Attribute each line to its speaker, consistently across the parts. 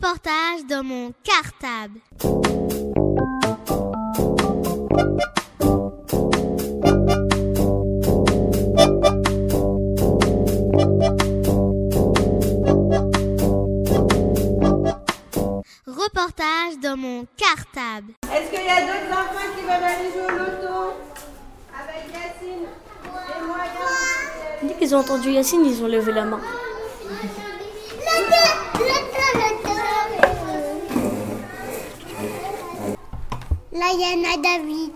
Speaker 1: reportage dans mon cartable. Reportage dans mon cartable.
Speaker 2: Est-ce qu'il y a d'autres enfants qui veulent aller jouer au loto Avec Yacine et moi, Yacine.
Speaker 3: Dès qu'ils ont entendu Yacine, ils ont levé la main.
Speaker 4: Layana David.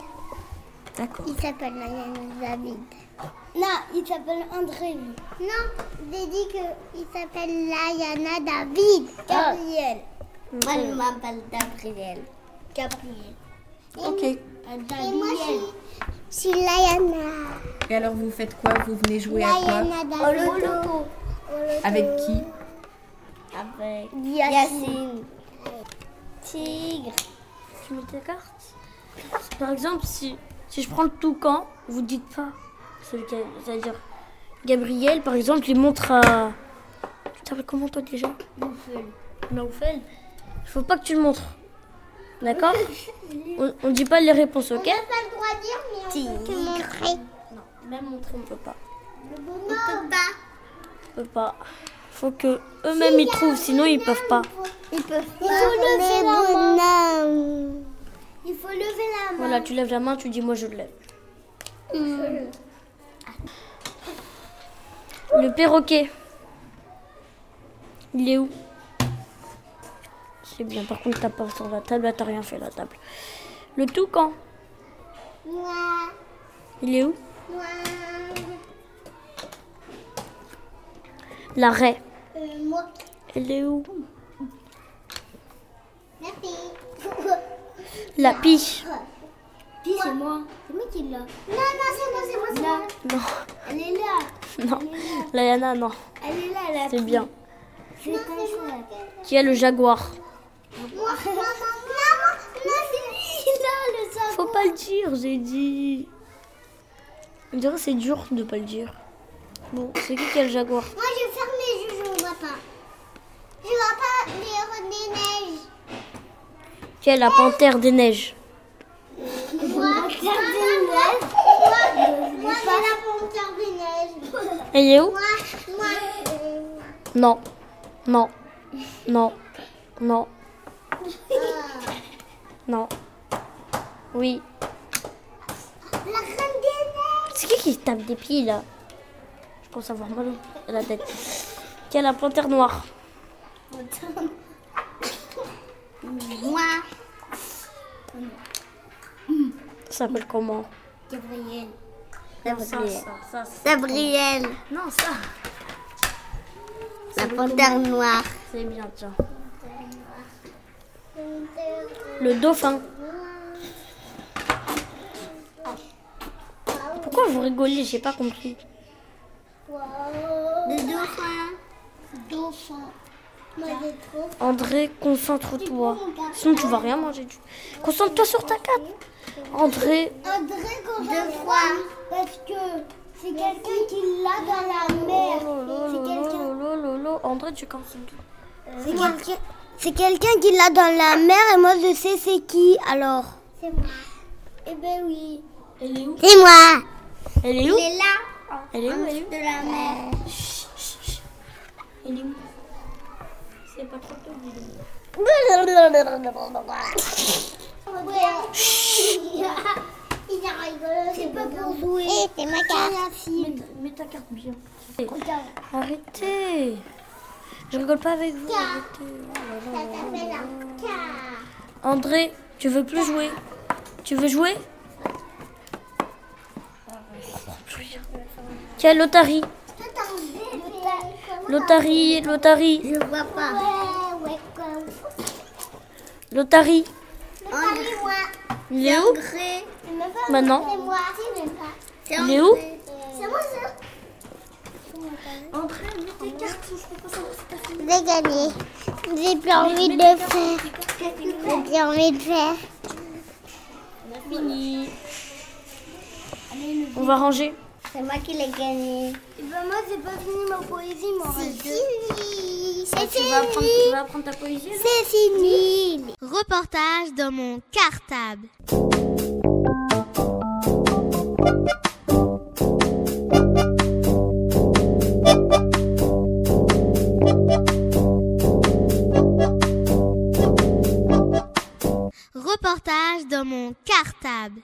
Speaker 3: D'accord.
Speaker 4: Il s'appelle Layana David. Non, il s'appelle André. Non, j'ai dit qu'il s'appelle Layana David.
Speaker 5: Ah.
Speaker 4: Gabriel. Moi, je m'appelle Gabriel. Gabriel.
Speaker 5: Ok.
Speaker 4: Et moi, je suis- je suis Layana.
Speaker 5: Et alors vous faites quoi Vous venez jouer à quoi
Speaker 4: Layana David. Au loto.
Speaker 5: Avec qui
Speaker 4: Avec Yacine. Tigre.
Speaker 3: Tu mets ta carte Par exemple, si, si je prends le toucan, vous dites pas. Celui qui a- C'est-à-dire, Gabriel, par exemple, il montre à. Tu t'appelles comment toi déjà Naoufel. Il faut pas que tu le montres. D'accord on, on dit pas les réponses, ok
Speaker 4: On n'a pas le droit de dire, mais on peut te montrer.
Speaker 3: Même montrer, on peut pas.
Speaker 4: Le bonhomme. pas.
Speaker 3: On peut pas. Faut que eux-mêmes ils trouvent, sinon ils peuvent pas.
Speaker 4: Il peut. Il faut lever la main. Il faut lever la main.
Speaker 3: Voilà, tu lèves la main, tu dis moi je le lève. Le perroquet. Il est où C'est bien, par contre t'as pas sur la table, là t'as rien fait la table. Le toucan,
Speaker 4: Moi,
Speaker 3: il est où
Speaker 4: moi,
Speaker 3: La raie,
Speaker 4: euh, moi.
Speaker 3: elle est où
Speaker 4: Merci.
Speaker 3: La pie,
Speaker 4: Puis c'est moi. C'est moi qui l'a. Non, non, c'est moi, c'est moi, c'est moi.
Speaker 3: non,
Speaker 4: Elle est là.
Speaker 3: non. La yana, non,
Speaker 4: Elle est là, la
Speaker 3: c'est bien.
Speaker 4: Je vais moi.
Speaker 3: Qui a le jaguar
Speaker 4: Moi, maman, maman, non, c'est lui, là, le savon.
Speaker 3: Faut pas le dire, j'ai dit. On dirait que c'est dur de pas le dire. Bon, c'est qui qui a le jaguar
Speaker 4: Moi, je ferme les yeux, je ne vois pas. Je vois pas les des neiges.
Speaker 3: Qui a la panthère des neiges
Speaker 4: Moi, je des neiges. Moi, moi, j'ai la panthère des neiges.
Speaker 3: Elle est où
Speaker 4: Moi, moi, euh,
Speaker 3: Non. Non. Non. Non. Non. Oui.
Speaker 4: la reine des neiges.
Speaker 3: C'est qui qui se tape des pieds là Je pense avoir mal à la tête. Qui a la panthère noire
Speaker 4: Moi,
Speaker 3: Ça s'appelle comment
Speaker 4: Gabriel.
Speaker 3: Gabriel.
Speaker 4: Gabriel,
Speaker 3: Non, ça.
Speaker 4: la panthère noire.
Speaker 3: C'est bien, tiens. Le dauphin. Pourquoi vous rigolez J'ai pas compris.
Speaker 4: Le dauphin. Dauphin. Moi, j'ai trop.
Speaker 3: André, concentre-toi. Sinon, tu vas rien manger. tu- Concentre-toi sur ta cape. André,
Speaker 4: André Deux fois. Parce que c'est quelqu'un qui l'a dans la mer. C'est quelqu'un.
Speaker 3: Lololololololo. André, tu commences.
Speaker 4: C'est quelqu'un. qui l'a dans la mer et moi je sais c'est qui alors. C'est moi. Eh ben oui.
Speaker 3: Elle est où
Speaker 4: C'est moi.
Speaker 3: Elle est où
Speaker 4: est là.
Speaker 3: Elle est où Elle est où
Speaker 4: De la mer.
Speaker 3: Elle est où C'est pas trop tôt. dis-le.
Speaker 4: Il a rigolé. C'est pas pour jouer. Eh, c'est ma carte.
Speaker 3: Mets ta carte bien. Arrêtez Je rigole pas avec vous.
Speaker 4: Ah.
Speaker 3: arrêtez.
Speaker 4: Ça s'appelle un carte.
Speaker 3: André, tu veux plus jouer Tu veux jouer Tiens, l'otari. L'otari, l'otari,
Speaker 4: Je vois pas. Ouais, ouais, quoi.
Speaker 3: l'otari.
Speaker 4: André, moi.
Speaker 3: Il est où
Speaker 4: André.
Speaker 3: Maintenant.
Speaker 4: C'est moi. C'est même pas. C'est
Speaker 3: Il est où
Speaker 4: André. C'est moi, ça. André, mets tes cartes. J'ai gagné. J'ai plus envie de le faire. J'ai plus envie de faire.
Speaker 3: Fini. On va ranger.
Speaker 4: Eh C'est moi qui l'ai gagné. Et ben moi, c'est pas fini ma poésie, moi. C'est fini. C'est Mais
Speaker 3: tu,
Speaker 4: c'est
Speaker 3: vas apprendre,
Speaker 4: lui.
Speaker 3: tu vas apprendre ta poésie là
Speaker 4: C'est fini.
Speaker 1: Reportage dans mon cartable. Reportage dans mon cartable.